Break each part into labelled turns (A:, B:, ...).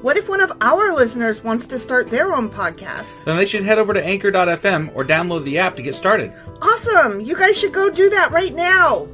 A: what if one of our listeners wants to start their own podcast?
B: Then they should head over to anchor.fm or download the app to get started.
A: Awesome! You guys should go do that right now!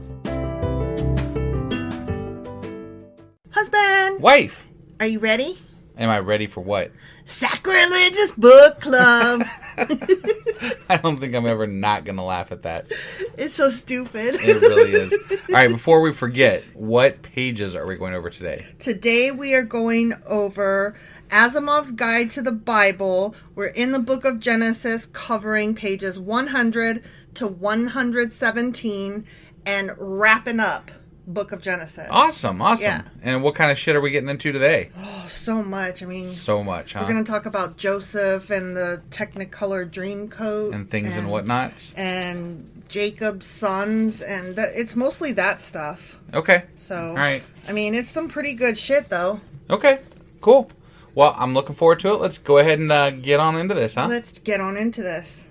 A: Husband!
B: Wife!
A: Are you ready?
B: Am I ready for what?
A: Sacrilegious Book Club!
B: I don't think I'm ever not going to laugh at that.
A: it's so stupid.
B: It really is. All right, before we forget, what pages are we going over today?
A: Today we are going over Asimov's Guide to the Bible. We're in the book of Genesis, covering pages 100 to 117 and wrapping up book of Genesis.
B: Awesome, awesome.
A: Yeah.
B: And what kind of shit are we getting into today?
A: Oh, so much. I mean,
B: So much, huh?
A: we're going to talk about Joseph and the Technicolor dream coat
B: and things and whatnots.
A: and Jacob's sons and th- it's mostly that stuff.
B: Okay.
A: So
B: All right.
A: I mean, it's some pretty good shit though.
B: Okay. Cool. Well, I'm looking forward to it. Let's go ahead and uh, get on into this, huh?
A: Let's get on into this.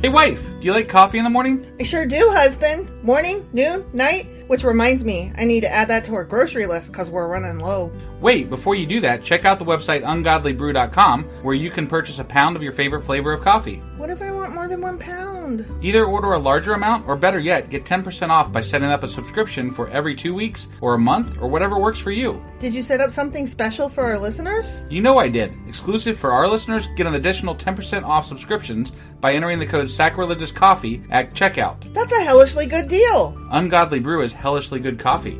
B: Hey, wife, do you like coffee in the morning?
A: I sure do, husband. Morning, noon, night. Which reminds me, I need to add that to our grocery list because we're running low.
B: Wait, before you do that, check out the website ungodlybrew.com where you can purchase a pound of your favorite flavor of coffee.
A: What if I want more than one pound?
B: Either order a larger amount, or better yet, get 10% off by setting up a subscription for every two weeks, or a month, or whatever works for you.
A: Did you set up something special for our listeners?
B: You know I did. Exclusive for our listeners, get an additional 10% off subscriptions by entering the code sacrilegiouscoffee at checkout.
A: That's a hellishly good deal.
B: Ungodly Brew is hellishly good coffee.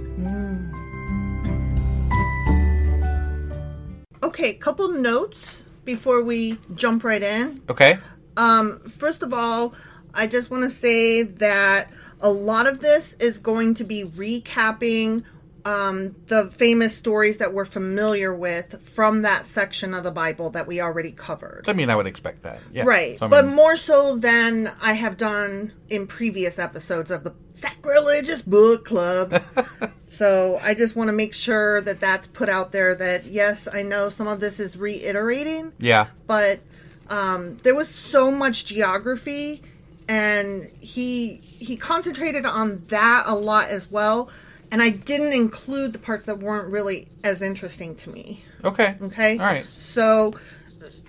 A: Okay, couple notes before we jump right in.
B: Okay.
A: Um, first of all, I just want to say that a lot of this is going to be recapping um, the famous stories that we're familiar with from that section of the Bible that we already covered.
B: I mean, I would expect that. Yeah.
A: right.
B: So, I
A: but
B: mean-
A: more so than I have done in previous episodes of the Sacrilegious Book Club. so I just want to make sure that that's put out there that, yes, I know some of this is reiterating,
B: yeah.
A: but um, there was so much geography and he he concentrated on that a lot as well and i didn't include the parts that weren't really as interesting to me
B: Okay.
A: okay
B: All right.
A: so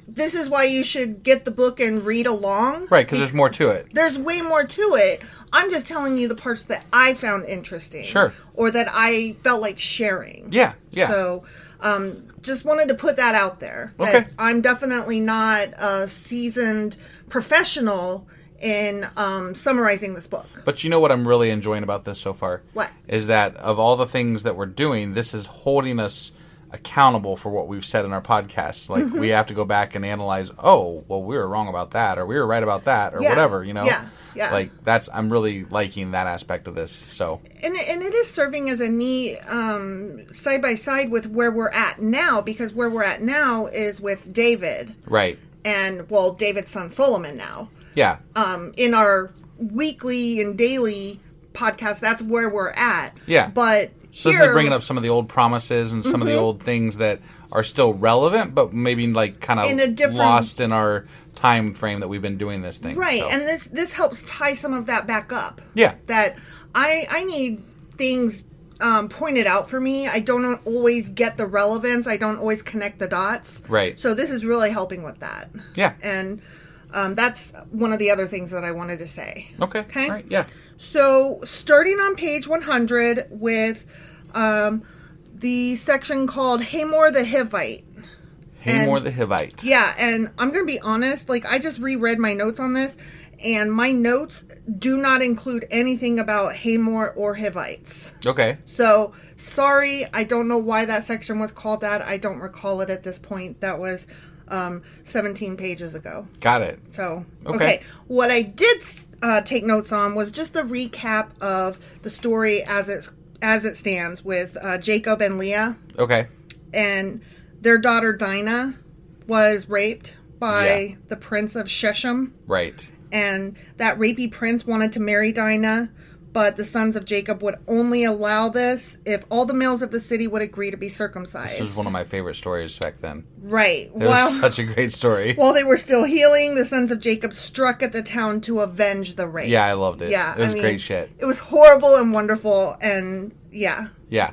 A: this is why you should get the book and read along
B: Right, because there's more to it.
A: there's way more to it i'm just telling you the parts that i found interesting
B: Sure.
A: or that i felt like sharing
B: Yeah. Yeah.
A: so, um, just wanted to put that out there. that
B: Okay.
A: I'm definitely not a seasoned professional in um, summarizing this book.
B: But you know what I'm really enjoying about this so far?
A: What?
B: Is that of all the things that we're doing, this is holding us accountable for what we've said in our podcasts. Like
A: Mm-hmm.
B: we have to go back and analyze, oh, well we were wrong about that or we were right about that or
A: Yeah.
B: whatever, you know?
A: Yeah. Yeah.
B: Like that's I'm really liking that aspect of this. So
A: And, and it is serving as a neat um, side by side with where we're at now, because where we're at now is with David
B: Right.
A: and, well, David's son Solomon now.
B: Yeah.
A: um, in our weekly and daily podcast. That's where we're at.
B: Yeah.
A: But
B: so
A: here, Mm-hmm.
B: this is bringing up some of the old promises and some of the old things that are still relevant but maybe like kind
A: In a
B: of
A: different-
B: lost in our time frame that we've been doing this thing.
A: right,
B: So-
A: and this this helps tie some of that back up.
B: Yeah.
A: That I I need things um, pointed out for me. I don't always get the relevance. I don't always connect the dots.
B: Right.
A: So this is really helping with that.
B: Yeah.
A: And um, that's one of the other things that I wanted to say.
B: Okay.
A: Okay.
B: Right. Yeah.
A: So, starting on page 100 with um, the section called Hamor the Hivite.
B: Hamor
A: And-
B: the Hivite.
A: Yeah, and I'm going to be honest, like, I just reread my notes on this, and my notes do not include anything about Hamor or Hivites.
B: Okay.
A: So, sorry, I don't know why that section was called that. I don't recall it at this point. That was um, 17 pages ago.
B: Got it.
A: So,
B: Okay.
A: okay. What I did uh, take notes on was just the recap of the story as it as it stands with uh, Jacob and Leah
B: Okay.
A: and their daughter Dinah was raped by
B: Yeah.
A: the prince of Shechem
B: Right.
A: and that rapey prince wanted to marry Dinah but the sons of Jacob would only allow this if all the males of the city would agree to be circumcised.
B: This was one of my favorite stories back then.
A: right.
B: It was
A: Well,
B: such a great story.
A: while they were still healing, the sons of Jacob struck at the town to avenge the rape.
B: yeah, I loved it.
A: Yeah,
B: It was
A: I mean,
B: great shit.
A: It was horrible and wonderful, and yeah.
B: Yeah.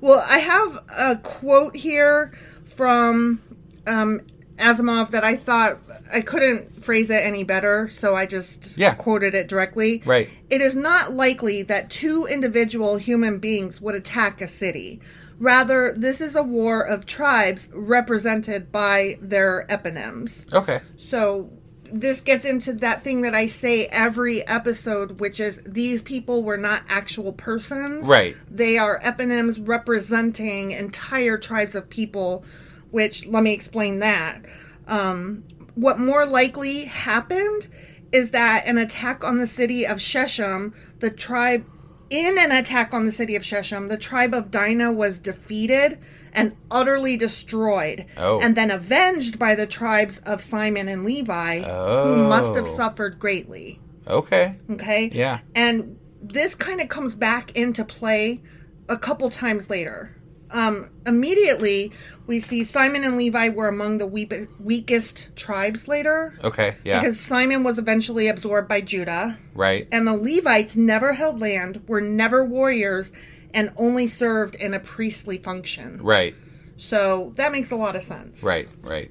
A: Well, I have a quote here from um, Asimov that I thought I couldn't phrase it any better, so I just
B: Yeah.
A: quoted it directly.
B: Right.
A: It is not likely that two individual human beings would attack a city. Rather, this is a war of tribes represented by their eponyms.
B: Okay.
A: So this gets into that thing that I say every episode, which is these people were not actual persons.
B: Right.
A: They are eponyms representing entire tribes of people, which let me explain that. Um, what more likely happened is that an attack on the city of Shechem, the tribe in an attack on the city of Shechem, the tribe of Dinah was defeated and utterly destroyed,
B: Oh.
A: and then avenged by the tribes of Simon and Levi, who must have suffered greatly.
B: Okay.
A: Okay?
B: Yeah.
A: And this kind of comes back into play a couple times later. Um, immediately, We see Simon and Levi were among the weep- weakest tribes later.
B: Okay, yeah.
A: Because Simon was eventually absorbed by Judah.
B: right.
A: And the Levites never held land, were never warriors, and only served in a priestly function.
B: right.
A: So that makes a lot of sense.
B: Right. Right.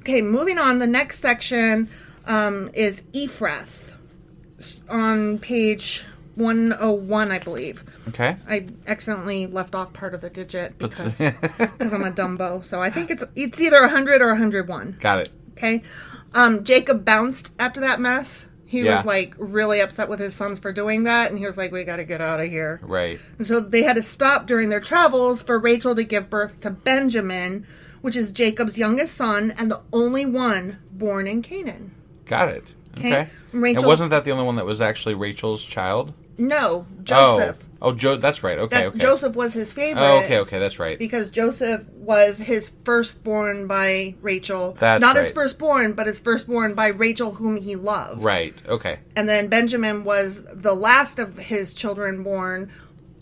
A: Okay, moving on. The next section um, is Ephrath s- on page 101, I believe.
B: Okay.
A: I accidentally left off part of the digit because because I'm a dumbo. So I think it's it's either 100 or 101.
B: Got it.
A: Okay. Um, Jacob bounced after that mess. He
B: Yeah.
A: was like really upset with his sons for doing that, and he was like, "We got to get out of here."
B: Right.
A: And so they had to stop during their travels for Rachel to give birth to Benjamin, which is Jacob's youngest son and the only one born in Canaan.
B: Got it. Okay.
A: Okay, Rachel-
B: And wasn't that the only one that was actually Rachel's child?
A: No, Joseph.
B: Oh, oh, Joe. That's right. Okay.
A: That
B: okay.
A: Joseph was his favorite.
B: Oh, okay. Okay. That's right.
A: because Joseph was his firstborn by Rachel.
B: That's
A: not his
B: right.
A: firstborn, but his firstborn by Rachel, whom he loved.
B: right. Okay.
A: And then Benjamin was the last of his children born,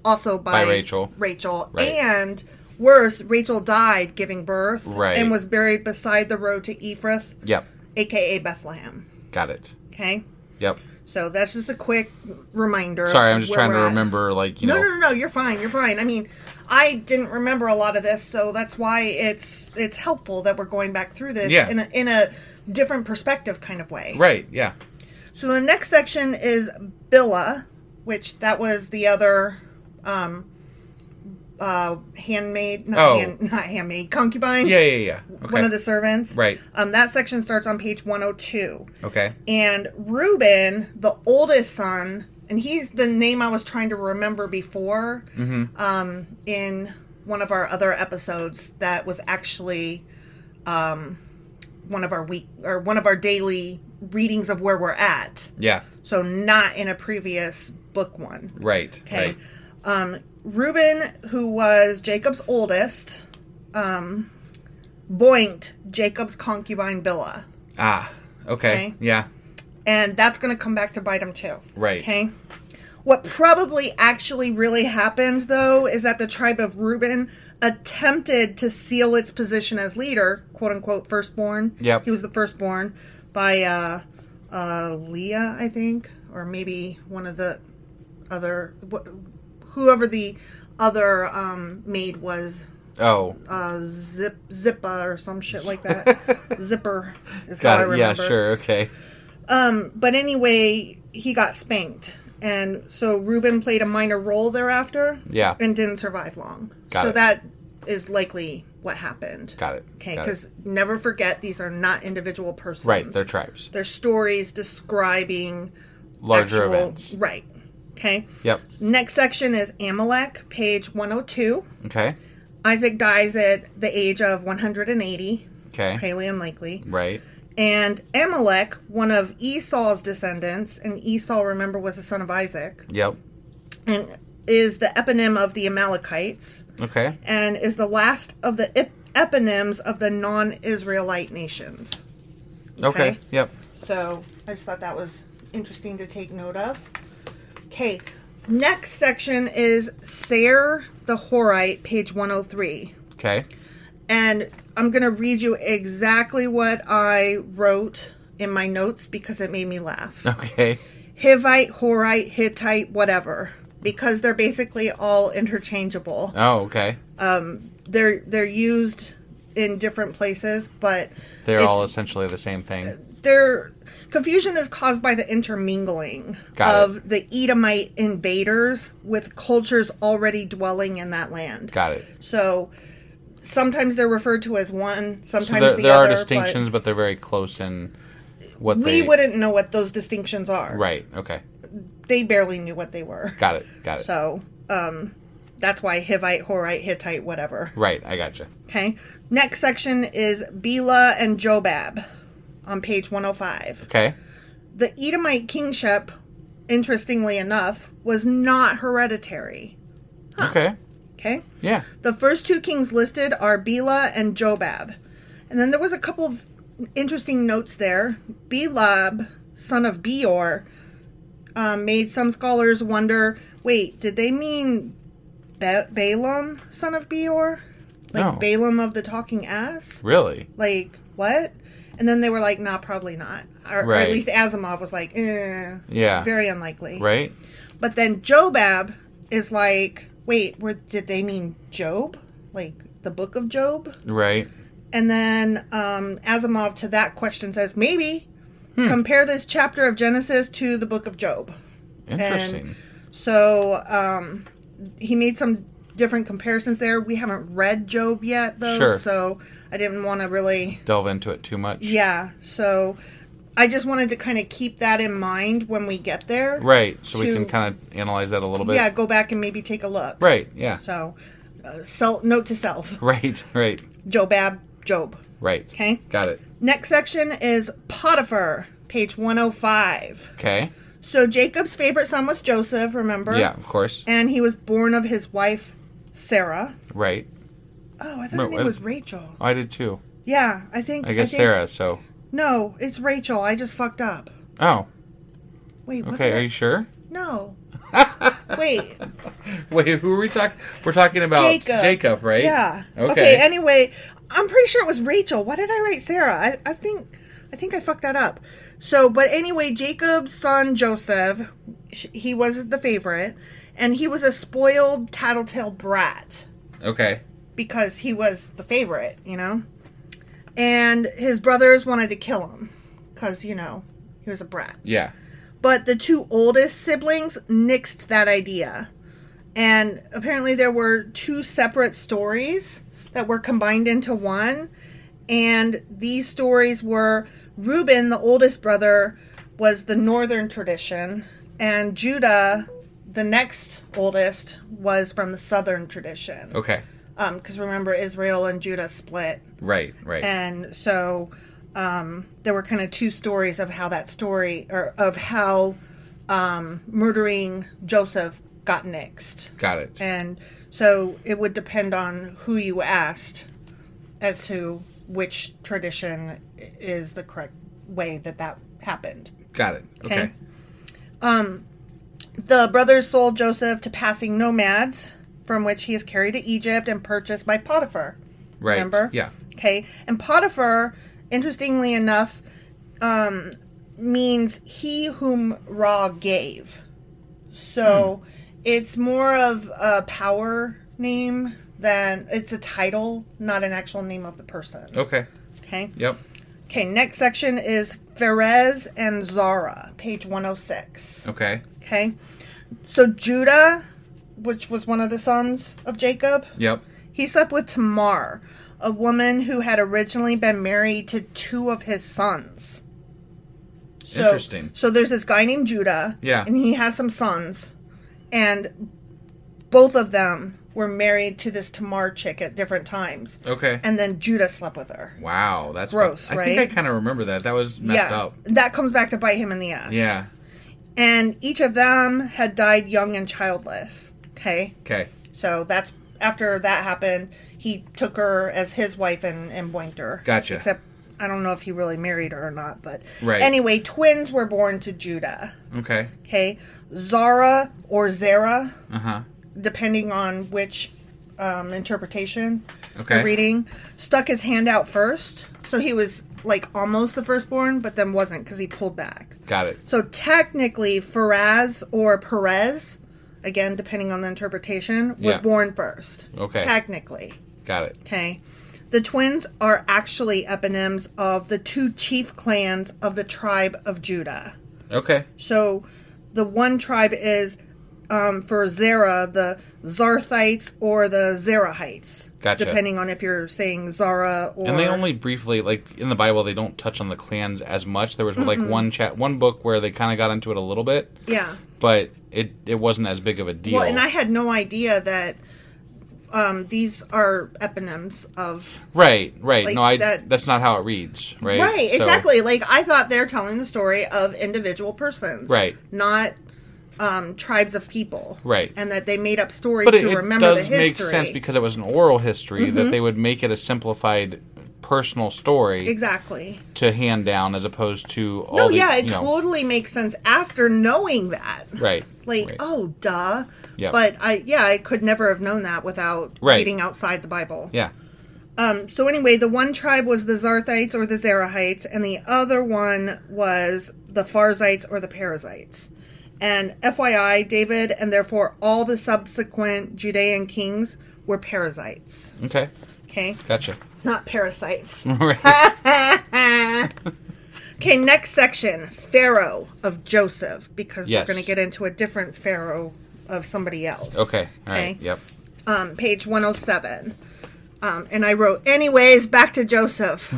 A: also by,
B: By Rachel.
A: Rachel.
B: Right.
A: And worse, Rachel died giving birth
B: Right.
A: and was buried beside the road to Ephrath,
B: Yep.
A: aka Bethlehem.
B: Got it.
A: Okay?
B: Yep.
A: So that's just a quick reminder.
B: Sorry,
A: of
B: I'm just
A: where
B: trying to
A: we're at.
B: remember, like you
A: No,
B: know.
A: no, no, no, you're fine. You're fine. I mean, I didn't remember a lot of this, so that's why it's it's helpful that we're going back through this
B: Yeah.
A: in a, in a different perspective kind of way.
B: Right. Yeah.
A: So the next section is Billa, which that was the other um uh handmaid, not
B: Oh.
A: hand, not handmaid, concubine.
B: Yeah. Yeah. Yeah. Okay.
A: One of the servants.
B: Right.
A: Um that section starts on page 102.
B: Okay.
A: And Reuben, the oldest son, and he's the name I was trying to remember before
B: Mm-hmm.
A: um, in one of our other episodes that was actually um, one of our week or one of our daily readings of where we're at.
B: Yeah.
A: So not in a previous book one.
B: Right.
A: Okay.
B: Right.
A: Um, Reuben, who was Jacob's oldest, um, boinked Jacob's concubine Billah.
B: Ah. Okay.
A: Okay.
B: Yeah.
A: and that's going to come back to bite him too.
B: Right.
A: Okay. What probably actually really happened though is that the tribe of Reuben attempted to seal its position as leader, quote unquote firstborn.
B: Yep.
A: He was the firstborn by uh, uh, Leah, I think, or maybe one of the other wh- whoever the other um, maid was.
B: Oh.
A: Uh, zip Zippa or some shit like that. Zipper is how I
B: Got it.
A: remember.
B: Yeah. Sure. Okay.
A: Um, but anyway, he got spanked, and so Ruben played a minor role thereafter.
B: Yeah.
A: and didn't survive long.
B: Got
A: so
B: it.
A: that is likely what happened.
B: Got it.
A: Okay,
B: Got it.
A: because never forget these are not individual persons.
B: Right. They're tribes.
A: They're stories describing
B: Larger
A: actual-
B: events.
A: Right. Okay.
B: Yep.
A: Next section is Amalek, page one hundred two.
B: Okay.
A: Isaac dies at the age of one hundred and eighty.
B: Okay.
A: Highly unlikely.
B: Right.
A: And Amalek, one of Esau's descendants, and Esau, remember, was the son of Isaac,
B: Yep.
A: and is the eponym of the Amalekites,
B: Okay.
A: and is the last of the ep- eponyms of the non Israelite nations.
B: Okay.
A: Okay.
B: Yep.
A: So I just thought that was interesting to take note of. Okay, next section is Seir the Horite, page 103.
B: Okay.
A: And I'm going to read you exactly what I wrote in my notes because it made me laugh.
B: Okay.
A: Hivite, Horite, Hittite, whatever, because they're basically all interchangeable.
B: Oh. Okay.
A: Uh, They're they're used in different places, but
B: They're
A: it's- uh,
B: all essentially the same thing.
A: their confusion is caused by the intermingling
B: Got
A: of
B: it.
A: the Edomite invaders with cultures already dwelling in that land.
B: Got it.
A: So sometimes they're referred to as one, sometimes
B: So there,
A: the
B: there
A: other.
B: are
A: but
B: distinctions, but, they're very close in what
A: we
B: they.
A: wouldn't know what those distinctions are.
B: Right. Okay.
A: They barely knew what they were.
B: Got it. Got it.
A: So um, that's why Hivite, Horite, Hittite, whatever.
B: Right. I gotcha.
A: Okay. Next section is Bela and Jobab on page 105.
B: Okay.
A: The Edomite kingship, interestingly enough, was not hereditary.
B: Okay.
A: Okay.
B: Yeah.
A: The first two kings listed are Bela and Jobab. And then there was a couple of interesting notes there. Belab, son of Beor, um, made some scholars wonder wait, did they mean Ba Balaam, son of Beor? Like
B: No.
A: Balaam of the Talking Ass?
B: Really?
A: Like, what? And then they were like, nah, probably not. Or, or
B: Right.
A: at least Asimov was like, eh.
B: Yeah.
A: Very unlikely.
B: Right?
A: But then Jobab is like, wait, were, did they mean Job? Like the book of Job?
B: Right.
A: And then um, Asimov to that question says, maybe
B: Hmm.
A: compare this chapter of Genesis to the book of Job.
B: Interesting.
A: So um, he made some different comparisons there. We haven't read Job yet, though,
B: Sure.
A: so I didn't want to really.
B: Delve into it too much.
A: Yeah, so I just wanted to kind of keep that in mind when we get there.
B: Right. So we
A: To-
B: can kind of analyze that a little bit.
A: Yeah, go back and maybe take a look.
B: Right. Yeah.
A: So, uh, self, note to self
B: Right. Right.
A: Jobab, Job.
B: Right.
A: Okay.
B: Got it.
A: Next section is Potiphar, page 105.
B: Okay.
A: So Jacob's favorite son was Joseph, remember?
B: Yeah, of course.
A: And he was born of his wife, Sarah.
B: Right.
A: Oh, I thought
B: No,
A: her name
B: I-
A: was Rachel.
B: I did too.
A: Yeah, I think.
B: I guess
A: think-
B: Sarah, so.
A: No, it's Rachel. I just fucked up.
B: Oh.
A: Wait, wasn't
B: Okay, are
A: it-
B: you sure?
A: No. Wait,
B: Wait, who are we talking? We're talking about
A: Jacob.
B: Oh, right?
A: Yeah.
B: Okay.
A: Anyway, I'm pretty sure it was Rachel. Why did I write Sarah? I, I think, I think I fucked that up. So, but anyway, Jacob's son Joseph, sh- he was the favorite, and he was a spoiled tattletale brat.
B: okay.
A: because he was the favorite, you know? And his brothers wanted to kill him because, you know, he was a brat.
B: Yeah.
A: But the two oldest siblings nixed that idea. And apparently there were two separate stories that were combined into one. And these stories were Reuben, the oldest brother, was the northern tradition, and Judah, the next oldest, was from the southern tradition
B: Okay.
A: because remember Israel and Judah split,
B: Right, right.
A: and so um, there were kind of two stories of how that story or of how um, murdering Joseph got nixed,
B: Got it.
A: and so it would depend on who you asked as to which tradition i- is the correct way that that happened.
B: Got it. Okay.
A: Okay. Um, The brothers sold Joseph to passing nomads, from which he is carried to Egypt and purchased by Potiphar.
B: Right.
A: Remember?
B: Yeah.
A: Okay. And Potiphar, interestingly enough, um, means he whom Ra gave. So
B: Hmm.
A: it's more of a power name than it's a title, not an actual name of the person.
B: Okay.
A: Okay.
B: Yep.
A: Okay. Next section is Perez and Zara, page 106.
B: Okay.
A: Okay. So Judah, which was one of the sons of Jacob,
B: Yep.
A: he slept with Tamar, a woman who had originally been married to two of his sons. So,
B: Interesting.
A: So there's this guy named Judah.
B: Yeah.
A: And he has some sons. And both of them were married to this Tamar chick at different times.
B: Okay.
A: And then Judah slept with her.
B: wow, that's
A: Gross,
B: I
A: right?
B: think I kind of remember that. That was messed
A: yeah.
B: up.
A: That comes back to bite him in the ass.
B: Yeah.
A: And each of them had died young and childless. Okay.
B: Okay.
A: So that's after that happened, he took her as his wife and, and boinked her.
B: Gotcha.
A: Except I don't know if he really married her or not, but
B: Right.
A: anyway, twins were born to Judah.
B: Okay.
A: Okay. Zara or Zara,
B: Uh-huh.
A: depending on which um, interpretation
B: Okay.
A: you're reading, stuck his hand out first. So he was like almost the firstborn, but then wasn't because he pulled back.
B: Got it.
A: So technically, Faraz or Perez, again, depending on the interpretation, was
B: Yeah.
A: born first.
B: Okay.
A: Technically.
B: Got it.
A: Okay. The twins are actually eponyms of the two chief clans of the tribe of Judah.
B: Okay.
A: So the one tribe is um, for Zara, the Zarthites or the Zerahites.
B: Gotcha.
A: Depending on if you're saying Zara or.
B: And they only briefly like in the Bible they don't touch on the clans as much. There was like
A: Mm-hmm.
B: one chat one book where they kind of got into it a little bit,
A: Yeah.
B: but it it wasn't as big of a deal.
A: Well, and I had no idea that um, these are eponyms of.
B: right, right.
A: like
B: no, I
A: that-
B: that's not how it reads, right?
A: Right,
B: So-
A: exactly. Like I thought they're telling the story of individual persons,
B: Right.
A: Not um, tribes of people,
B: Right.
A: And that they made up stories
B: But it,
A: to
B: it
A: remember
B: does
A: the history. Mm-hmm.
B: make sense because it was an oral history that they would make it a simplified personal story
A: exactly.
B: to hand down as opposed to all
A: No,
B: the,
A: yeah, it
B: you know,
A: totally makes sense after knowing that.
B: right
A: Like,
B: right.
A: oh, duh.
B: Yeah.
A: But I, yeah, I could never have known that without
B: Right.
A: reading outside the Bible.
B: yeah
A: Um, so anyway, the one tribe was the Zarthites or the Zerahites, and the other one was the Farzites or the Perizzites. And FYI, David and therefore all the subsequent Judean kings were Perizzites.
B: Okay.
A: Okay,
B: Gotcha.
A: not parasites.
B: Right.
A: Okay, next section Pharaoh of Joseph, because
B: Yes.
A: we're going to get into a different Pharaoh of somebody else.
B: okay. All right.
A: Okay.
B: Yep.
A: Um, page 107. Um, and I wrote, anyways, back to Joseph.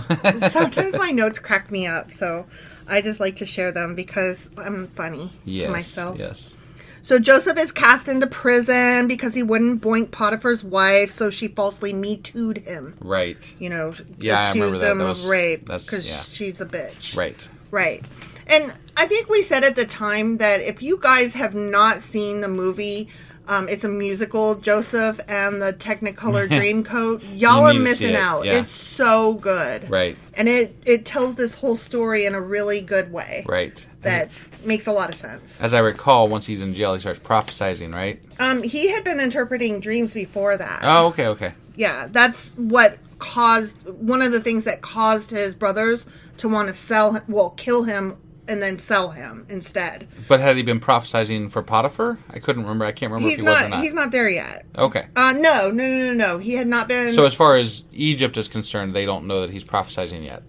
A: Sometimes my notes crack me up, so I just like to share them because I'm funny
B: Yes.
A: to myself.
B: Yes.
A: So Joseph is cast into prison because he wouldn't boink Potiphar's wife, so she falsely me too'd him.
B: Right.
A: You know,
B: Yeah, I
A: accused
B: remember that.
A: him
B: That
A: of
B: was-
A: rape
B: that's-
A: because
B: yeah.
A: she's a bitch.
B: Right.
A: Right. And I think we said at the time that if you guys have not seen the movie, um, it's a musical, Joseph and the Technicolor Dreamcoat. Y'all
B: You
A: are
B: need to see
A: missing
B: it,
A: out.
B: yeah.
A: It's so good.
B: Right.
A: And it, it tells this whole story in a really good way.
B: Right.
A: That makes a lot of sense.
B: As I recall, once he's in jail, he starts prophesizing. Right.
A: Um, he had been interpreting dreams before that.
B: Oh. Okay. Okay.
A: Yeah, that's what caused one of the things that caused his brothers to want to sell him, well, kill him and then sell him instead.
B: But had he been prophesizing for Potiphar? I couldn't remember. I can't remember if
A: he's
B: he
A: not,
B: was or not.
A: He's not there yet.
B: Okay.
A: Uh, no, no, no, no, no. He had not been.
B: so as far as Egypt is concerned, they don't know that he's prophesizing yet.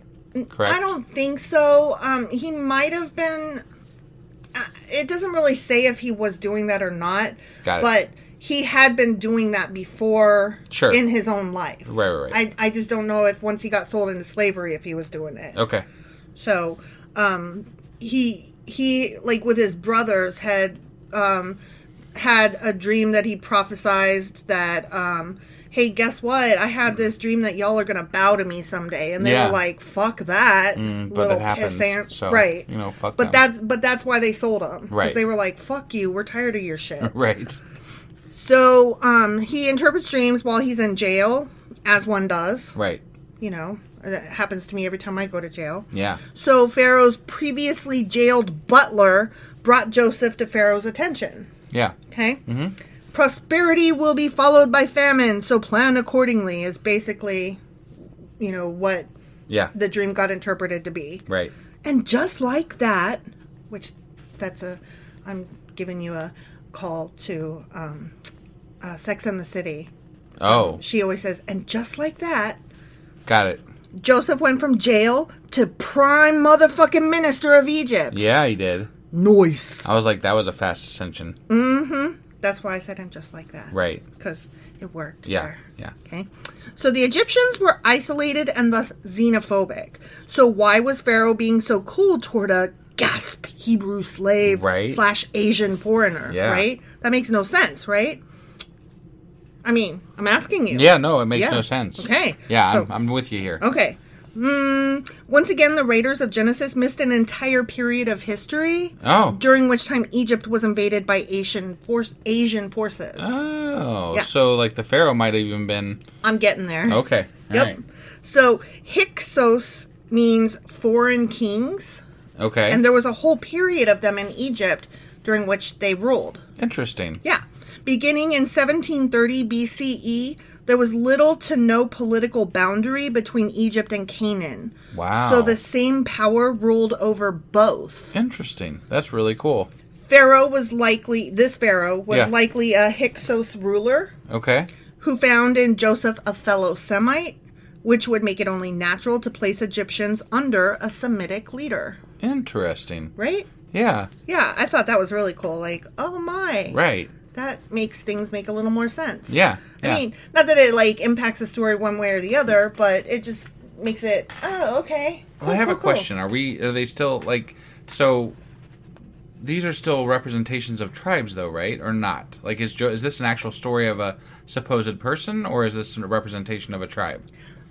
B: Correct.
A: I don't think so. Um, he might have been. Uh, it doesn't really say if he was doing that or not.
B: Got it.
A: But he had been doing that before.
B: Sure.
A: In his own life.
B: Right, right, right.
A: I, I just don't know if once he got sold into slavery, if he was doing it.
B: Okay.
A: So, um, he he like with his brothers had um, had a dream that he prophesized that um, hey, guess what? I had this dream that y'all are gonna bow to me someday, and they
B: Yeah. Mm,
A: were like, "Fuck that!"
B: But it happens.
A: pissant.
B: So
A: right?
B: you know, fuck
A: But
B: them.
A: that's but that's why they sold him.
B: Right.
A: they were like, "Fuck you! We're tired of your shit."
B: right.
A: So um, he interprets dreams while he's in jail, as one does.
B: Right.
A: You know, that happens to me every time I go to jail.
B: Yeah.
A: So Pharaoh's previously jailed butler brought Joseph to Pharaoh's attention.
B: Yeah.
A: Okay? Mm-hmm. Prosperity will be followed by famine, so plan accordingly is basically, you know, what
B: Yeah.
A: the dream got interpreted to be.
B: right.
A: And just like that, which that's a, I'm giving you a call to um, uh, Sex and the City.
B: Oh,
A: She always says, and just like that,
B: got it.
A: Joseph went from jail to prime motherfucking minister of Egypt.
B: Yeah, he did.
A: Noise.
B: I was like, that was a fast ascension.
A: Mm. That's why I said him just like that.
B: Right.
A: Because it worked.
B: Yeah.
A: there.
B: Yeah.
A: Okay. So the Egyptians were isolated and thus xenophobic. So why was Pharaoh being so cool toward a gasp Hebrew slave
B: Right.
A: slash Asian foreigner?
B: Yeah.
A: Right? That makes no sense, right? I mean, I'm asking you.
B: Yeah, no, it makes
A: Yeah.
B: no sense.
A: Okay.
B: Yeah, I'm,
A: So- Oh.
B: I'm with you here.
A: Okay. Mm, once again, the raiders of Genesis missed an entire period of history.
B: Oh.
A: During which time Egypt was invaded by Asian force Asian forces.
B: Oh,
A: Yeah.
B: so like the pharaoh might have even been
A: I'm getting there.
B: okay. all
A: Yep.
B: right.
A: So Hyksos means foreign kings,
B: Okay.
A: and there was a whole period of them in Egypt during which they ruled.
B: Interesting.
A: Yeah. Beginning in 1730 BCE, E, there was little to no political boundary between Egypt and Canaan.
B: Wow.
A: So the same power ruled over both.
B: Interesting. That's really cool.
A: Pharaoh was likely, this Pharaoh was
B: Yeah.
A: likely a Hyksos ruler
B: Okay.
A: who found in Joseph a fellow Semite, which would make it only natural to place Egyptians under a Semitic leader,
B: Interesting.
A: right?
B: Yeah.
A: Yeah, I thought that was really cool. Like, oh my.
B: Right.
A: That makes things make a little more sense.
B: Yeah,
A: I
B: yeah.
A: mean, not that it like impacts the story one way or the other, but it just makes it, oh, okay.
B: I
A: Cool,
B: have a
A: cool, cool.
B: question. Are we? Are they still like? So these are still representations of tribes, though, right? Or not? Like, is jo- is this an actual story of a supposed person, or is this a representation of a tribe?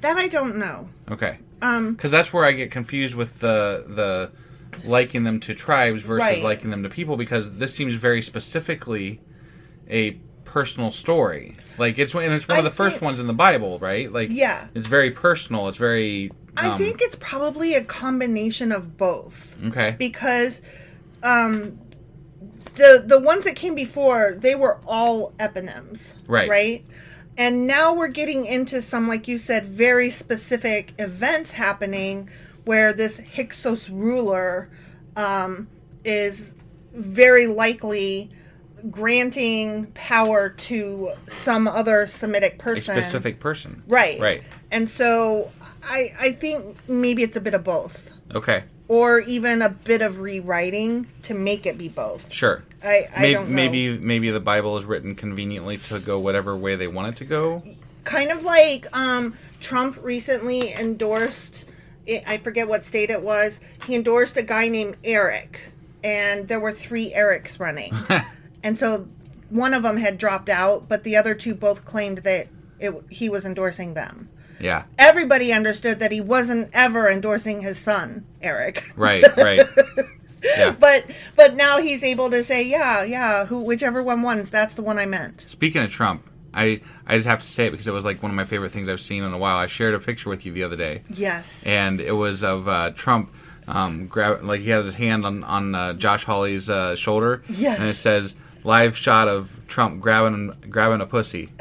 A: That I don't know.
B: Okay. Um. Because that's where I get confused with the the liking them to tribes versus
A: Right.
B: liking them to people, because this seems very specifically a personal story. Like it's one- and it's one of
A: I
B: the first
A: think-
B: ones in the Bible, right? Like
A: Yeah.
B: it's very personal. It's very um,
A: I think it's probably a combination of both.
B: okay.
A: because um the the ones that came before they were all eponyms
B: Right.
A: right And now we're getting into some, like you said, very specific events happening where this Hyksos ruler um, is very likely granting power to some other Semitic
B: a
A: person.
B: specific person.
A: Right.
B: Right.
A: And so I, I think maybe it's a bit of both
B: Okay.
A: or even a bit of rewriting to make it be both.
B: Sure.
A: I- I
B: maybe,
A: don't know.
B: maybe maybe the Bible is written conveniently to go whatever way they want it to go.
A: Kind of like um, Trump recently endorsed, I I forget what state it was, he endorsed a guy named Eric, and there were three Erics running. and so one of them had dropped out, but the other two both claimed that it, he was endorsing them.
B: Yeah.
A: Everybody understood that he wasn't ever endorsing his son, Eric.
B: Right. Right. yeah.
A: but but now he's able to say, yeah, yeah, who whichever one wins, that's the one I meant.
B: Speaking of Trump, I I just have to say it because it was like one of my favorite things I've seen in a while. I shared a picture with you the other day.
A: Yes.
B: and it was of uh, Trump. Um, grab like he had his hand on on uh, Josh Hawley's uh, shoulder,
A: Yes.
B: and it says "live shot of Trump grabbing grabbing a pussy."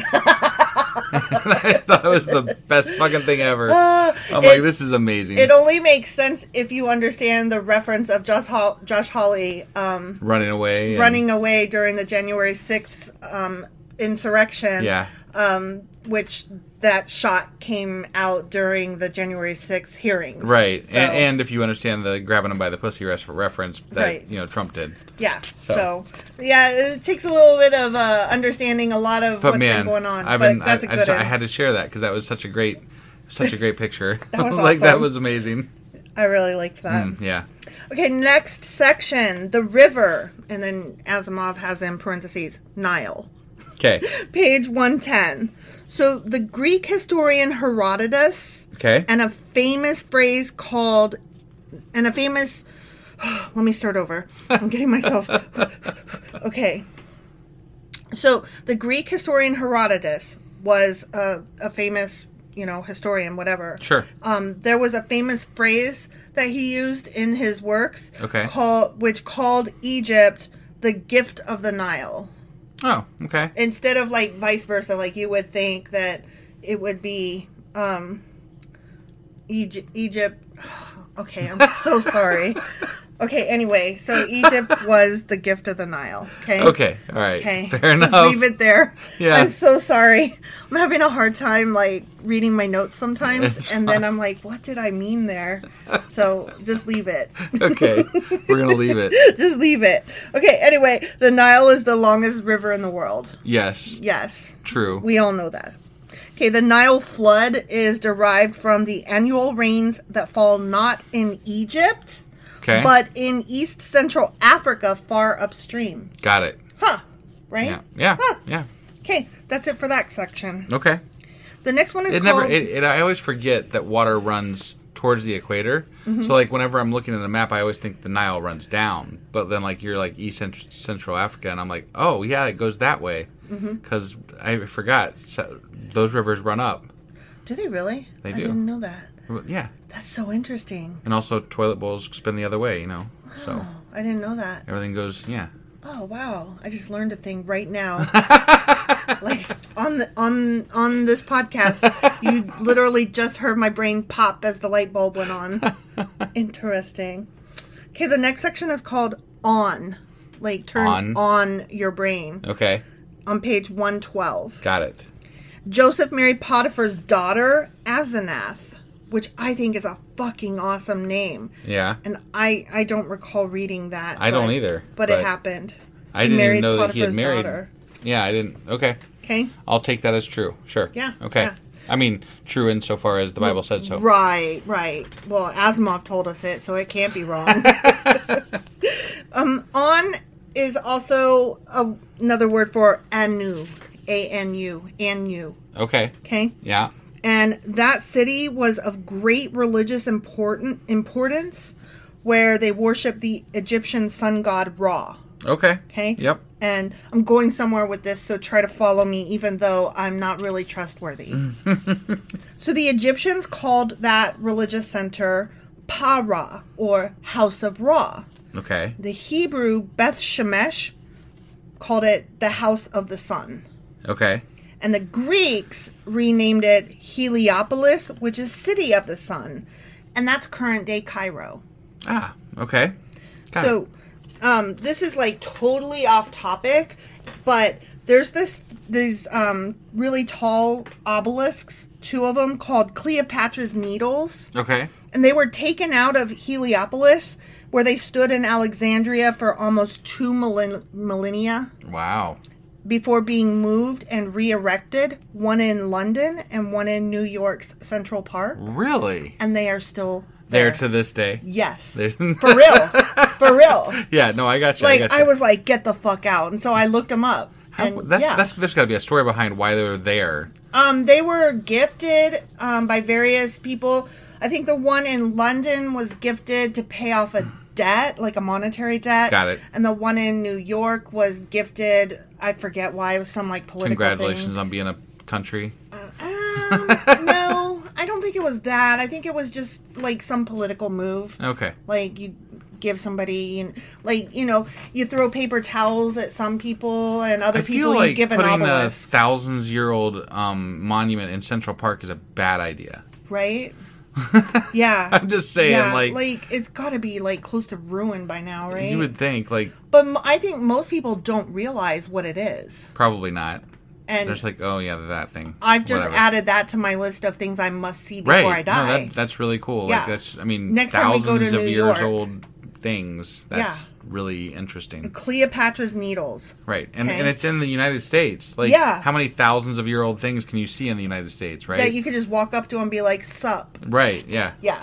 B: and I thought it was the best fucking thing ever.
A: Uh,
B: I'm like, this is amazing.
A: it only makes sense if you understand the reference of Josh, Hol- Josh Hawley um,
B: running away, and-
A: running away during the January 6th um, insurrection,
B: Yeah,
A: um, which that shot came out during the January 6th hearings.
B: right.
A: So,
B: and, and if you understand the grabbing him by the pussy res- reference that
A: Right.
B: you know Trump did,
A: yeah. So. yeah, it takes a little bit of uh, understanding a lot of
B: but
A: what's
B: man,
A: been going on.
B: I've
A: but
B: been
A: that's
B: I,
A: a
B: I
A: good
B: just- I
A: one.
B: had to share that because that was such a great such a great picture.
A: was
B: like that
A: awesome.
B: was amazing.
A: I really liked that.
B: Yeah.
A: Okay, next section, the river, and then Asimov has in parentheses Nile.
B: Okay.
A: Page 110. So the Greek historian Herodotus
B: Okay.
A: and a famous phrase called and a famous let me start over. I'm getting myself Okay. So the Greek historian Herodotus was a, a famous, you know, historian, whatever.
B: Sure.
A: Um, there was a famous phrase that he used in his works,
B: Okay.
A: call, which called Egypt the gift of the Nile
B: Oh, okay.
A: instead of like vice versa, like you would think that it would be um Egypt. Egypt. Okay, I'm so sorry. Okay, anyway, so Egypt was the gift of the Nile. Okay.
B: Okay, all right.
A: Okay.
B: Fair
A: Just
B: enough.
A: leave it there.
B: Yeah.
A: I'm so sorry. I'm having a hard time like reading my notes sometimes,
B: It's
A: and then I'm like, what did I mean there? So just leave it.
B: okay, we're gonna leave it.
A: just leave it. Okay. Anyway, the Nile is the longest river in the world.
B: Yes,
A: Yes.
B: true.
A: We all know that. Okay, the Nile flood is derived from the annual rains that fall not in Egypt,
B: okay,
A: but in East Central Africa, far upstream.
B: got it.
A: Huh, right?
B: Yeah, yeah, yeah.
A: Okay, that's it for that section.
B: Okay.
A: The next one is
B: It
A: called.
B: never. It, it, I always forget that water runs towards the equator.
A: Mm-hmm.
B: So like whenever I'm looking at a map, I always think the Nile runs down. But then like you're like East Cent- Central Africa, and I'm like, oh yeah, it goes that way.
A: Mm-hmm.
B: Because I forgot so, those rivers run up.
A: do they really?
B: They
A: I
B: do.
A: didn't know that.
B: Yeah,
A: That's so interesting.
B: and also toilet bowls spin the other way. You know, so
A: I didn't know that.
B: everything goes. Yeah.
A: Oh wow! I just learned a thing right now. like on the on on this podcast, you literally just heard my brain pop as the light bulb went on. Interesting. Okay, the next section is called on. Like turn
B: On.
A: on, your brain
B: Okay,
A: on page 112.
B: got it.
A: Joseph married Potiphar's daughter, Asenath, which I think is a fucking awesome name.
B: Yeah.
A: And I I don't recall reading that.
B: I don't
A: but-
B: either,
A: But,
B: but
A: it happened.
B: I
A: He
B: didn't even
A: married
B: know that he had
A: Potiphar's
B: married.
A: daughter.
B: Yeah, I didn't. Okay,
A: Okay.
B: I'll take that as true. Sure.
A: Yeah,
B: Okay.
A: yeah.
B: I mean, true insofar as the Bible said so.
A: Right, right. Well, Asimov told us it, so it can't be wrong. um, on is also a, another word for Anu, A N U, Anu.
B: Okay.
A: Okay,
B: Yeah.
A: and that city was of great religious important importance, where they worshiped the Egyptian sun god Ra.
B: Okay.
A: Okay.
B: Yep.
A: And I'm going somewhere with this, so try to follow me, even though I'm not really trustworthy. so the Egyptians called that religious center Para, or House of Ra.
B: Okay.
A: The Hebrew Beth Shemesh called it the House of the Sun.
B: Okay.
A: and the Greeks renamed it Heliopolis, which is city of the sun, and that's current day Cairo.
B: Ah, okay. Got
A: So, um, this is like totally off topic, but there's this these um, really tall obelisks, two of them called Cleopatra's Needles,
B: it. Okay.
A: and they were taken out of Heliopolis, where they stood in Alexandria for almost two millen- millennia
B: Wow.
A: before being moved and re-erected. One in London and one in New York's Central Park,
B: Really?
A: and they are still
B: There to this day.
A: Yes,
B: There-
A: for real, for real.
B: Yeah. No, I got you.
A: like
B: I, got
A: I
B: you.
A: was like, get the fuck out, and so I looked them up.
B: How-
A: and
B: Oh, that's,
A: yeah,
B: that's there's got to be a story behind why they're there.
A: um, they were gifted um, by various people. I think the one in London was gifted to pay off a debt, like a monetary debt.
B: Got it.
A: And the one in New York was gifted. I forget why. It was some like political.
B: Congratulations
A: Thing.
B: on being a country.
A: Uh, Um, no, I don't think it was that. I think it was just like some political move.
B: Okay.
A: like you give somebody and like you know you throw paper towels at some people and other
B: I
A: people
B: feel
A: you
B: like
A: give an
B: putting a
A: obelisk
B: thousands year old um, monument in Central Park is a bad idea.
A: right yeah
B: I'm just saying,
A: yeah,
B: like-
A: it's got to be like close to ruin by now right
B: You would think, like,
A: but m- i think most people don't realize what it is
B: probably not.
A: and
B: There's like, oh yeah, that thing.
A: i've just
B: Whatever.
A: added that to my list of things i must see before
B: right.
A: i die
B: No, that, that's really cool.
A: Yeah.
B: Like that's, I mean,
A: Next time we go
B: thousands
A: to
B: of
A: New
B: years
A: York.
B: old things. That's really interesting.
A: cleopatra's needles
B: Right. And,
A: Okay.
B: and it's in the United States. Like,
A: Yeah.
B: how many thousands of year old things can you see in the United States, right?
A: that you could just walk up to and be like sup
B: right, yeah.
A: Yeah.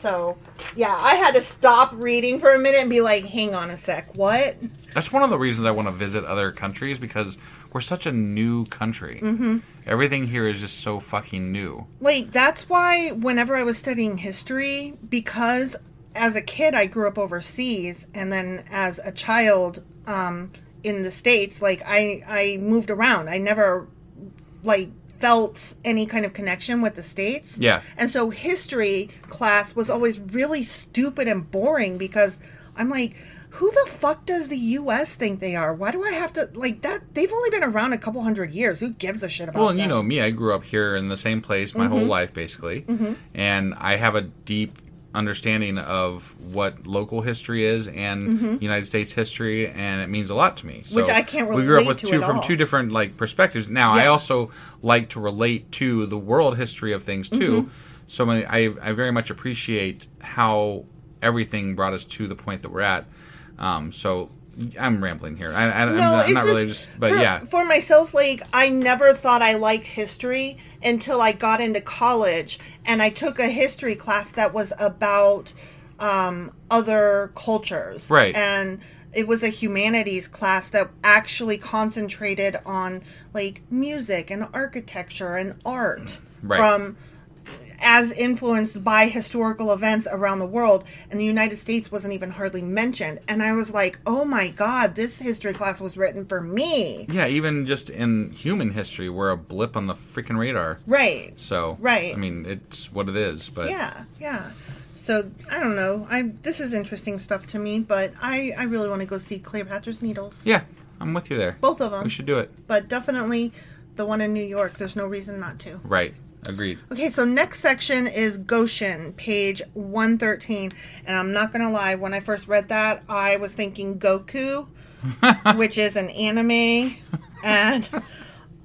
A: So, yeah, I had to stop reading for a minute and be like, hang on a sec, what?
B: That's one of the reasons I want to visit other countries because we're such a new country. Mm-hmm. Everything here is just so fucking new.
A: Like, that's why whenever I was studying history, because as a kid I grew up overseas, and then as a child um, in the States, like, I, I moved around. I never, like, felt any kind of connection with the States.
B: Yeah.
A: And so history class was always really stupid and boring because I'm like, who the fuck does the US think they are? Why do I have to like that they've only been around a couple hundred years. Who gives a shit about
B: Well, and you
A: them? Mm-hmm.
B: know me, I grew up here in the same place my whole life, basically. And I have a deep understanding of what local history is and United States history, and it means a lot to me. So
A: Mm-hmm. Which I can't
B: We grew up
A: relate
B: with
A: to
B: two
A: at
B: from
A: all.
B: two different like perspectives. Now, I
A: Yeah.
B: also like to relate to the world history of things too.
A: Mm-hmm.
B: So my, I, I very much appreciate how everything brought us to the point that we're at. Um, so I'm rambling here. I, I, I'm not, I'm not really just, but
A: for,
B: yeah.
A: For myself, like I never thought I liked history until I got into college and I took a history class that was about um, other cultures.
B: Right.
A: And it was a humanities class that actually concentrated on like music and architecture and art
B: Right.
A: from as influenced by historical events around the world and the united states wasn't even hardly mentioned and i was like oh my god this history class was written for me
B: Yeah, even just in human history, we're a blip on the freaking radar.
A: right
B: So,
A: Right.
B: I mean, it's what it is, but
A: yeah yeah so i don't know i this is interesting stuff to me but i i really want to go see cleopatra's needles
B: yeah, I'm with you there.
A: both of them
B: We should do it.
A: but definitely the one in new york there's no reason not to
B: Right. Agreed.
A: Okay, so next section is Goshen, page 113. And I'm not going to lie, when I first read that, I was thinking Goku, which is an anime. And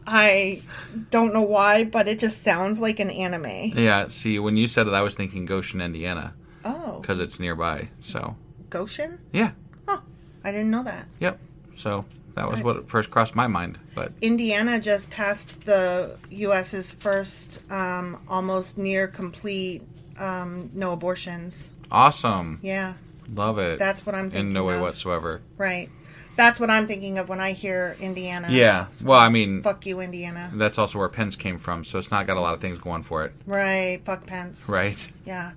A: I don't know why, but it just sounds like an anime.
B: Yeah. See, when you said it, I was thinking Goshen, Indiana,
A: Oh,
B: because it's nearby. So,
A: Goshen?
B: yeah.
A: Huh, I didn't know that.
B: Yep. So that was what first crossed my mind. But
A: Indiana just passed the U.S.'s first um, almost near complete um, no abortions.
B: awesome.
A: Yeah,
B: Love it.
A: That's what I'm
B: In
A: thinking
B: no way
A: of.
B: whatsoever.
A: right. That's what I'm thinking of when I hear Indiana.
B: Yeah. Well, I mean,
A: Fuck you, Indiana.
B: that's also where Pence came from, so it's not got a lot of things going for it,
A: Right. Fuck Pence.
B: right?
A: Yeah.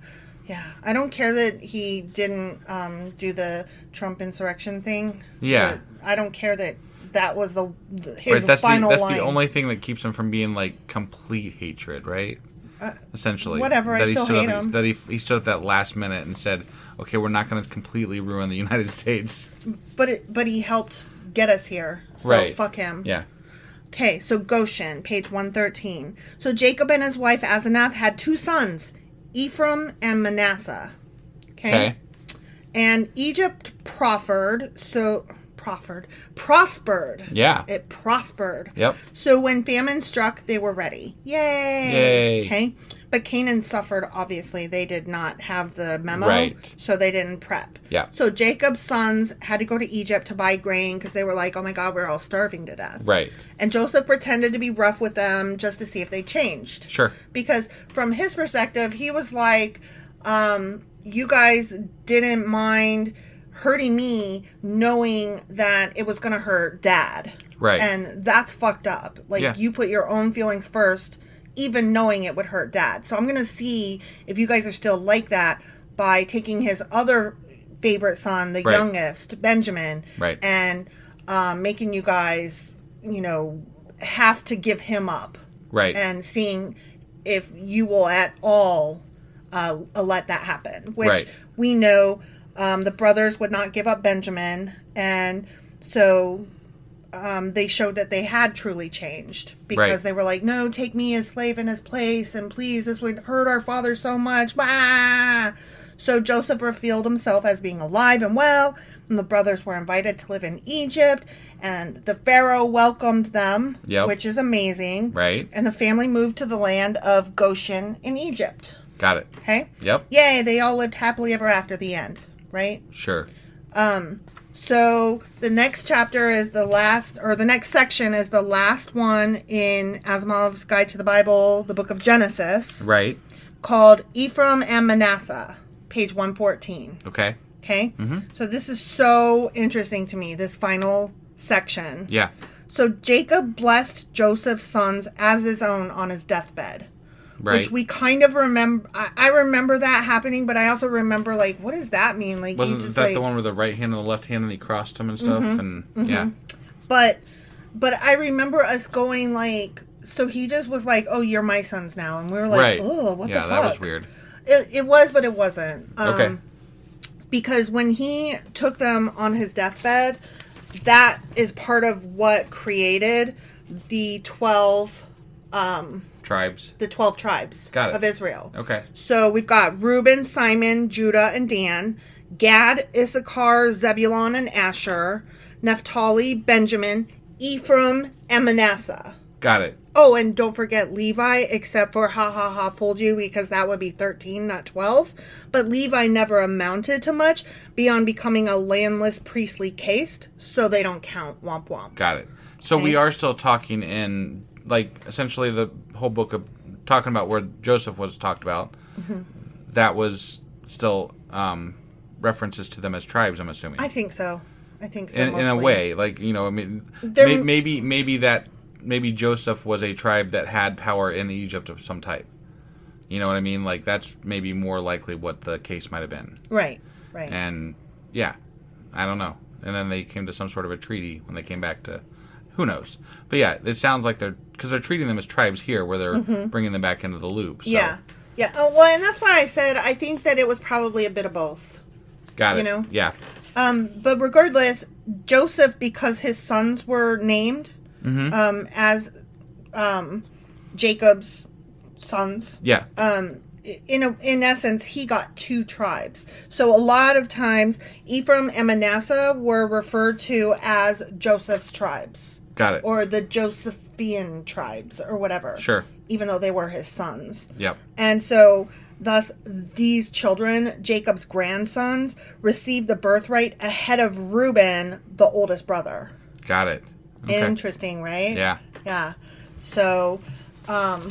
A: Yeah. I don't care that he didn't um, do the Trump insurrection thing.
B: Yeah.
A: but I don't care that that was the, the his
B: right, that's
A: final
B: the, that's
A: line.
B: the only thing that keeps him from being like complete hatred, right? Essentially,
A: Uh, whatever, I
B: That he
A: still
B: stood
A: hate
B: up,
A: him.
B: That he, he stood up that last minute and said, "Okay, we're not going to completely ruin the United States."
A: But it, but he helped get us here. So
B: right.
A: fuck him.
B: Yeah.
A: Okay, so Goshen, page 113. So Jacob and his wife Asenath had two sons, Ephraim and Manasseh.
B: Okay.
A: And Egypt proffered, so proffered, prospered.
B: Yeah.
A: It prospered.
B: Yep.
A: So when famine struck, they were ready. Yay.
B: Yay.
A: Okay. But Canaan suffered, obviously. They did not have the memo.
B: Right.
A: So they didn't prep.
B: Yeah.
A: So Jacob's sons had to go to Egypt to buy grain because they were like, oh my God, we're all starving to death.
B: Right.
A: And Joseph pretended to be rough with them just to see if they changed.
B: Sure.
A: Because from his perspective, he was like, um, you guys didn't mind hurting me knowing that it was going to hurt dad.
B: Right.
A: And that's fucked up. Like,
B: Yeah.
A: you put your own feelings first, even knowing it would hurt dad. So I'm going to see if you guys are still like that by taking his other favorite son, the
B: Right.
A: youngest, Benjamin,
B: Right.
A: and um, making you guys, you know, have to give him up.
B: Right.
A: And seeing if you will at all uh, let that happen, which
B: Right.
A: we know um, the brothers would not give up Benjamin. And so um, they showed that they had truly changed because
B: Right.
A: they were like, no, take me as slave in his place, and please, this would hurt our father so much. Bah! So Joseph revealed himself as being alive and well, and the brothers were invited to live in Egypt, and the Pharaoh welcomed them,
B: Yep.
A: which is amazing.
B: Right.
A: And the family moved to the land of Goshen in Egypt.
B: Got it.
A: Okay?
B: Yep.
A: Yay, they all lived happily ever after the end, right?
B: Sure.
A: So the next chapter is the last, or the next section is the last one in Asimov's Guide to the Bible, the Book of Genesis,
B: Right.
A: called Ephraim and Manasseh, page 114.
B: Okay.
A: Okay?
B: Mm-hmm.
A: So this is so interesting to me, this final section.
B: Yeah.
A: So Jacob blessed Joseph's sons as his own on his deathbed.
B: Right.
A: Which we kind of remember. I, I remember that happening, but I also remember, like, what does that mean? Like, he's
B: Wasn't
A: just,
B: that
A: like,
B: the one with the right hand and the left hand and he crossed them and
A: Mm-hmm.
B: stuff? And yeah.
A: but but I remember us going like so he just was like oh you're my sons now and we were like
B: right.
A: oh what
B: yeah,
A: the fuck
B: that was weird.
A: it, it was but it wasn't um,
B: okay.
A: because when he took them on his deathbed that is part of what created the 12 um
B: Tribes.
A: the 12 tribes
B: Got it.
A: of Israel
B: Okay.
A: so we've got Reuben, Simon, Judah, and Dan, Gad, Issachar, Zebulon, and Asher, Naphtali, Benjamin, Ephraim, and Manasseh.
B: Got it.
A: Oh, and don't forget Levi, except for ha ha ha fooled you because that would be 13, not 12. But Levi never amounted to much beyond becoming a landless priestly caste, so they don't count. Womp womp.
B: Got it. So we are still talking in like essentially the whole book of talking about where Joseph was talked about.
A: Mm-hmm.
B: That was still um, references to them as tribes. I'm assuming.
A: I think so. I think so.
B: in, in a
A: mostly.
B: way, like you know, I mean,
A: There-
B: may, maybe maybe that maybe Joseph was a tribe that had power in Egypt of some type. You know what I mean? Like that's maybe more likely what the case might have been.
A: Right, right.
B: And yeah, I don't know. And then they came to some sort of a treaty when they came back to, who knows? But yeah, it sounds like they're because they're treating them as tribes here, where they're bringing them back into the loop. So.
A: Mm-hmm. Yeah. Yeah. Oh, well, and that's why I said I think that it was probably a bit of both.
B: got it.
A: You know?
B: yeah,
A: But regardless, Joseph, because his sons were named
B: Mm-hmm.
A: um, as um, Jacob's sons, um,
B: yeah,
A: Uh, in a, in essence, he got two tribes. So a lot of times, Ephraim and Manasseh were referred to as Joseph's tribes
B: got it.
A: or the Josephian tribes or whatever.
B: Sure.
A: Even though they were his sons.
B: yep,
A: And so, thus, these children, Jacob's grandsons, received the birthright ahead of Reuben, the oldest brother.
B: got it. Okay.
A: Interesting, right?
B: Yeah.
A: Yeah. So, um,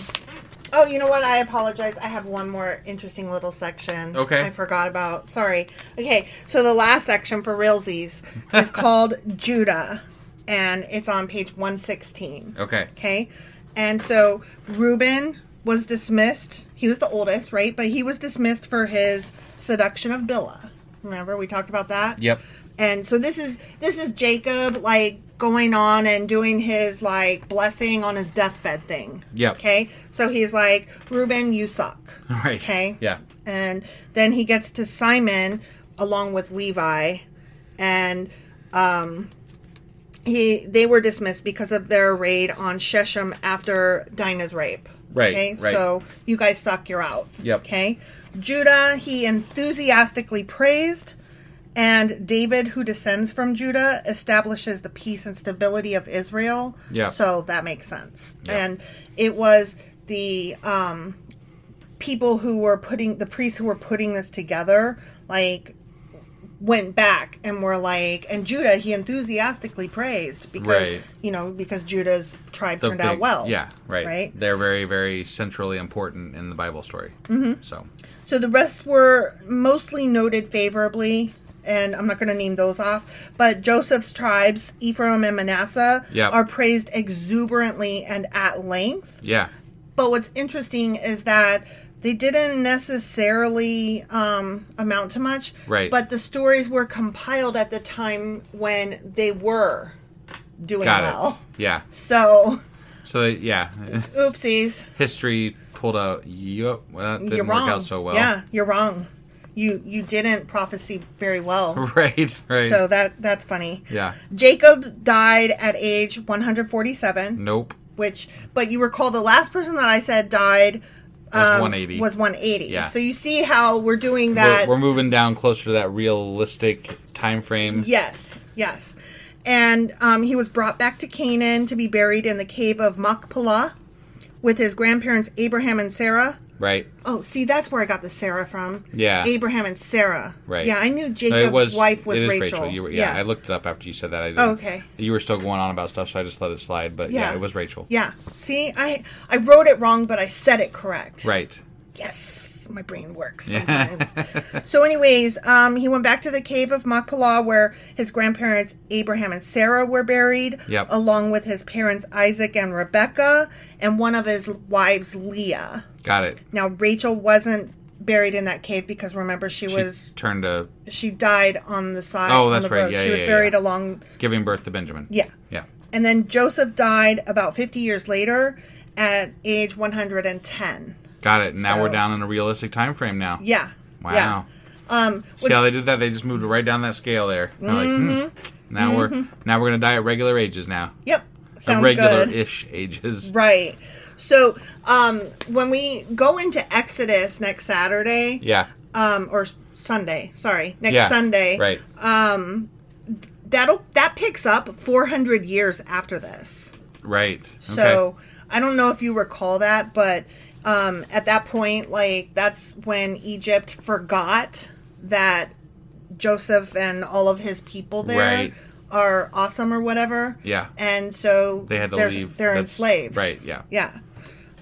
A: oh, you know what? I apologize. I have one more interesting little section.
B: Okay.
A: I forgot about. Sorry. Okay. So, the last section for realsies is called Judah, and it's on page 116.
B: Okay.
A: Okay. And so Reuben was dismissed. He was the oldest, right? But he was dismissed for his seduction of Billa. Remember we talked about that?
B: Yep.
A: And so this is this is Jacob like going on and doing his like blessing on his deathbed thing.
B: Yep.
A: Okay. So he's like, Reuben, you suck.
B: Right.
A: Okay.
B: Yeah.
A: And then he gets to Simon along with Levi, and um, he they were dismissed because of their raid on Sheshem after Dinah's rape.
B: Right,
A: Okay.
B: right.
A: So you guys suck. You're out.
B: Yep.
A: Okay. Judah he enthusiastically praised, and David, who descends from Judah, establishes the peace and stability of Israel.
B: Yeah.
A: So that makes sense.
B: Yeah.
A: And it was the um, people who were putting the priests who were putting this together, like went back and were like and Judah he enthusiastically praised because
B: Right.
A: you know because Judah's tribe
B: The
A: turned
B: big-
A: out well.
B: Yeah, right.
A: Right.
B: They're very, very centrally important in the Bible story. Mm-hmm. So,
A: So the rest were mostly noted favorably and I'm not going to name those off, but Joseph's tribes, Ephraim and Manasseh,
B: Yep.
A: are praised exuberantly and at length.
B: yeah,
A: But what's interesting is that they didn't necessarily um, amount to much.
B: Right.
A: But the stories were compiled at the time when they were doing
B: got
A: well.
B: it. Yeah.
A: So,
B: So, yeah,
A: oopsies.
B: history pulled out. Yup, well, that didn't
A: you're wrong.
B: work out so well.
A: Yeah, you're wrong. You you didn't prophecy very well.
B: Right. Right.
A: So that that's funny.
B: yeah.
A: Jacob died at age 147.
B: Nope.
A: which but you recall the last person that I said died
B: Was
A: um,
B: 180.
A: was 180.
B: Yeah.
A: So you see how we're doing
B: We're,
A: that.
B: we're moving down closer to that realistic time frame.
A: yes, yes. And um, he was brought back to Canaan to be buried in the cave of Machpelah with his grandparents Abraham and Sarah.
B: Right.
A: Oh, see, that's where I got the Sarah from.
B: Yeah.
A: Abraham and Sarah.
B: Right.
A: Yeah, I knew
B: No,
A: Jacob's wife was
B: it is
A: Rachel. Oh,
B: You were, yeah, I looked it up after you said that. I didn't,
A: okay.
B: You were still going on about stuff, so I just let it slide. But yeah, it was Rachel.
A: Yeah. See, I I wrote it wrong, but I said it correct.
B: Right.
A: yes, my brain works sometimes. so, anyways, um, he went back to the cave of Machpelah where his grandparents Abraham and Sarah were buried,
B: Yep.
A: along with his parents Isaac and Rebecca, and one of his wives Leah.
B: Got it.
A: Now, Rachel wasn't buried in that cave because remember she,
B: She
A: was
B: turned to
A: she died on the side.
B: Oh,
A: on
B: that's
A: the
B: right.
A: road.
B: Yeah,
A: she was
B: yeah,
A: buried
B: yeah.
A: along.
B: giving birth to Benjamin.
A: Yeah.
B: Yeah.
A: And then Joseph died about 50 years later at age 110.
B: Got it. Now we're
A: So-
B: down in a realistic time frame now.
A: Yeah.
B: Wow.
A: Yeah. Um,
B: See how they did that? They just moved right down that scale there. They're like, hmm,
A: Mm-hmm.
B: now we're now we're gonna die at regular ages now.
A: Yep. Sounds
B: regular
A: good.
B: ish ages.
A: Right. So um, when we go into Exodus next Saturday,
B: Yeah.
A: um, or Sunday, sorry, next
B: yeah.
A: Sunday, Um,
B: Right.
A: that'll that picks up 400 years after this.
B: right.
A: So I don't know if you recall that, but um, at that point, like that's when Egypt forgot that Joseph and all of his people there
B: Right.
A: are awesome or whatever.
B: Yeah.
A: And so
B: They had to
A: they're,
B: leave.
A: They're
B: That's-
A: enslaved.
B: right, yeah.
A: Yeah.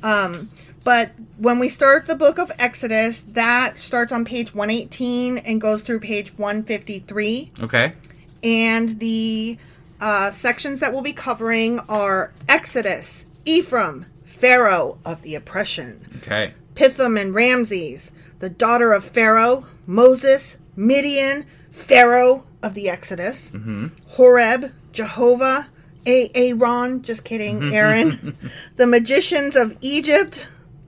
A: Um, but when we start the book of Exodus, that starts on page 118 and goes through page 153.
B: Okay.
A: And the uh, sections that we'll be covering are Exodus, Ephraim, Pharaoh of the oppression,
B: Okay.
A: Pithom and Ramses, the daughter of Pharaoh, Moses, Midian, Pharaoh of the Exodus, Horeb, Jehovah, A- Aaron, just kidding, Aaron, the magicians of Egypt.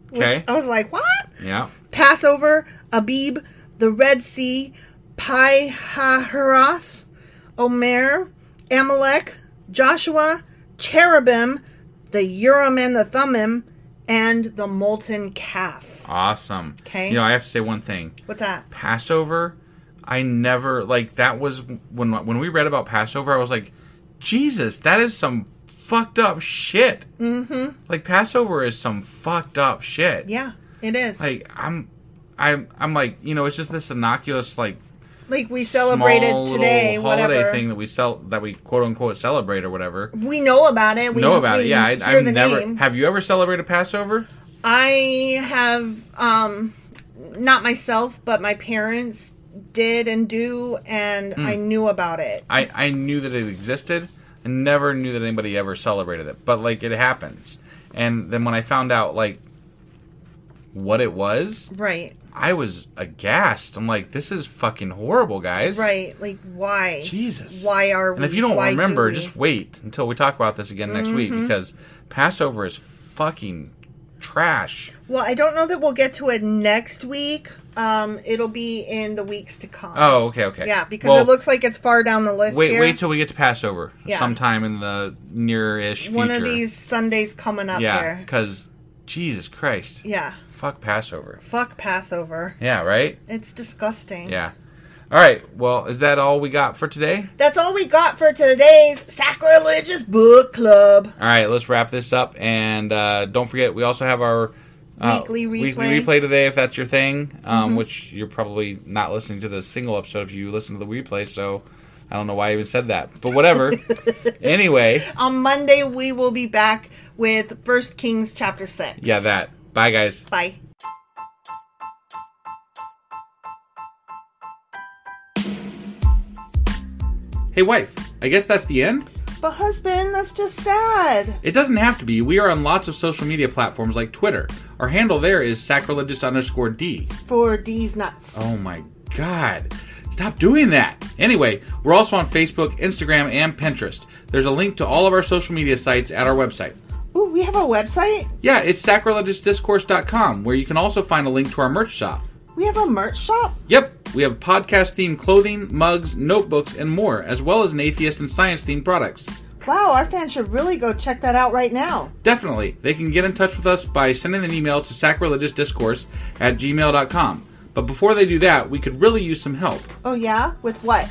A: Which oh.
B: Okay.
A: I was like, what?
B: Yeah.
A: Passover, Abib, the Red Sea, Pi Hahiroth, Omer, Amalek, Joshua, Cherubim, the Urim and the Thummim, and the molten calf.
B: Awesome.
A: 'Kay.
B: You know, I have to say one thing.
A: What's that?
B: Passover, I never like that was when when we read about Passover, I was like, Jesus, that is some fucked up shit. Mm-hmm. Like Passover is some fucked up shit.
A: Yeah, it is. Like,
B: Like I'm, I'm, I'm like you know, it's just this innocuous like
A: we
B: small
A: celebrated
B: little
A: today,
B: holiday
A: whatever.
B: thing that we sell that we quote unquote celebrate or whatever.
A: We know about it. We
B: know about
A: we
B: it? Yeah, I,
A: hear
B: I've
A: the
B: never.
A: name.
B: Have you ever celebrated Passover?
A: I have um not myself, but my parents did and do and I
B: Hmm.
A: knew about it.
B: I, I knew that it existed. I never knew that anybody ever celebrated it, but like it happens. And then when I found out like what it was,
A: Right.
B: I was aghast. I'm like, this is fucking horrible, guys.
A: Right. Like why?
B: Jesus.
A: Why are we?
B: And if you don't
A: why
B: remember,
A: do we? Mm-hmm.
B: just wait until we talk about this again next week because Passover is fucking trash.
A: Well, I don't know that we'll get to it next week. Um, it'll be in the weeks to come.
B: Oh, okay, okay.
A: Yeah, because
B: Well,
A: it looks like it's far down the list.
B: Wait,
A: here.
B: wait till we get to Passover
A: Yeah.
B: sometime in the near-ish future.
A: one of these Sundays coming up
B: yeah,
A: here.
B: because Jesus Christ,
A: Yeah.
B: fuck Passover.
A: Fuck Passover.
B: Yeah, right.
A: It's disgusting.
B: Yeah. All right. Well, is that all we got for today?
A: That's all we got for today's sacrilegious book club.
B: All right, let's wrap this up, and uh, don't forget we also have our uh,
A: Weekly replay. Mm-hmm.
B: replay today, if that's your thing. Um, Which you're probably not listening to the single episode if you listen to the replay. So I don't know why I even said that, but whatever. anyway,
A: On Monday we will be back with First Kings chapter six.
B: yeah, that. Bye, guys.
A: Bye.
B: Hey, wife. I guess that's the end.
A: But husband, that's just sad.
B: It doesn't have to be. We are on lots of social media platforms like Twitter. Our handle there is sacrilegious underscore D.
A: For these nuts.
B: Oh my god. Stop doing that. Anyway, we're also on Facebook, Instagram, and Pinterest. There's a link to all of our social media sites at our website.
A: Ooh, we have a website?
B: Yeah, it's sacrilegiousdiscourse.com, where you can also find a link to our merch shop.
A: We have a merch shop?
B: Yep, we have podcast themed clothing, mugs, notebooks, and more, as well as an atheist and science themed products.
A: Wow, our fans should really go check that out right now.
B: Definitely, they can get in touch with us by sending an email to sacrilegiousdiscourse at gmail.com. But before they do that, we could really use some help.
A: Oh yeah? With what?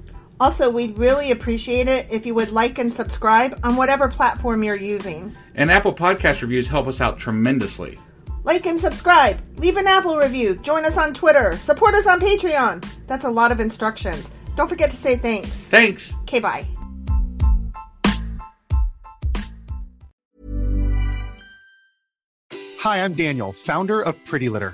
A: Also, we'd really appreciate it if you would like and subscribe on whatever platform you're using.
B: And Apple Podcast reviews help us out tremendously.
A: Like and subscribe, leave an Apple review, join us on Twitter, support us on Patreon. That's a lot of instructions. Don't forget to say thanks.
B: Thanks!
A: Okay, bye.
C: Hi, I'm Daniel, founder of Pretty Litter.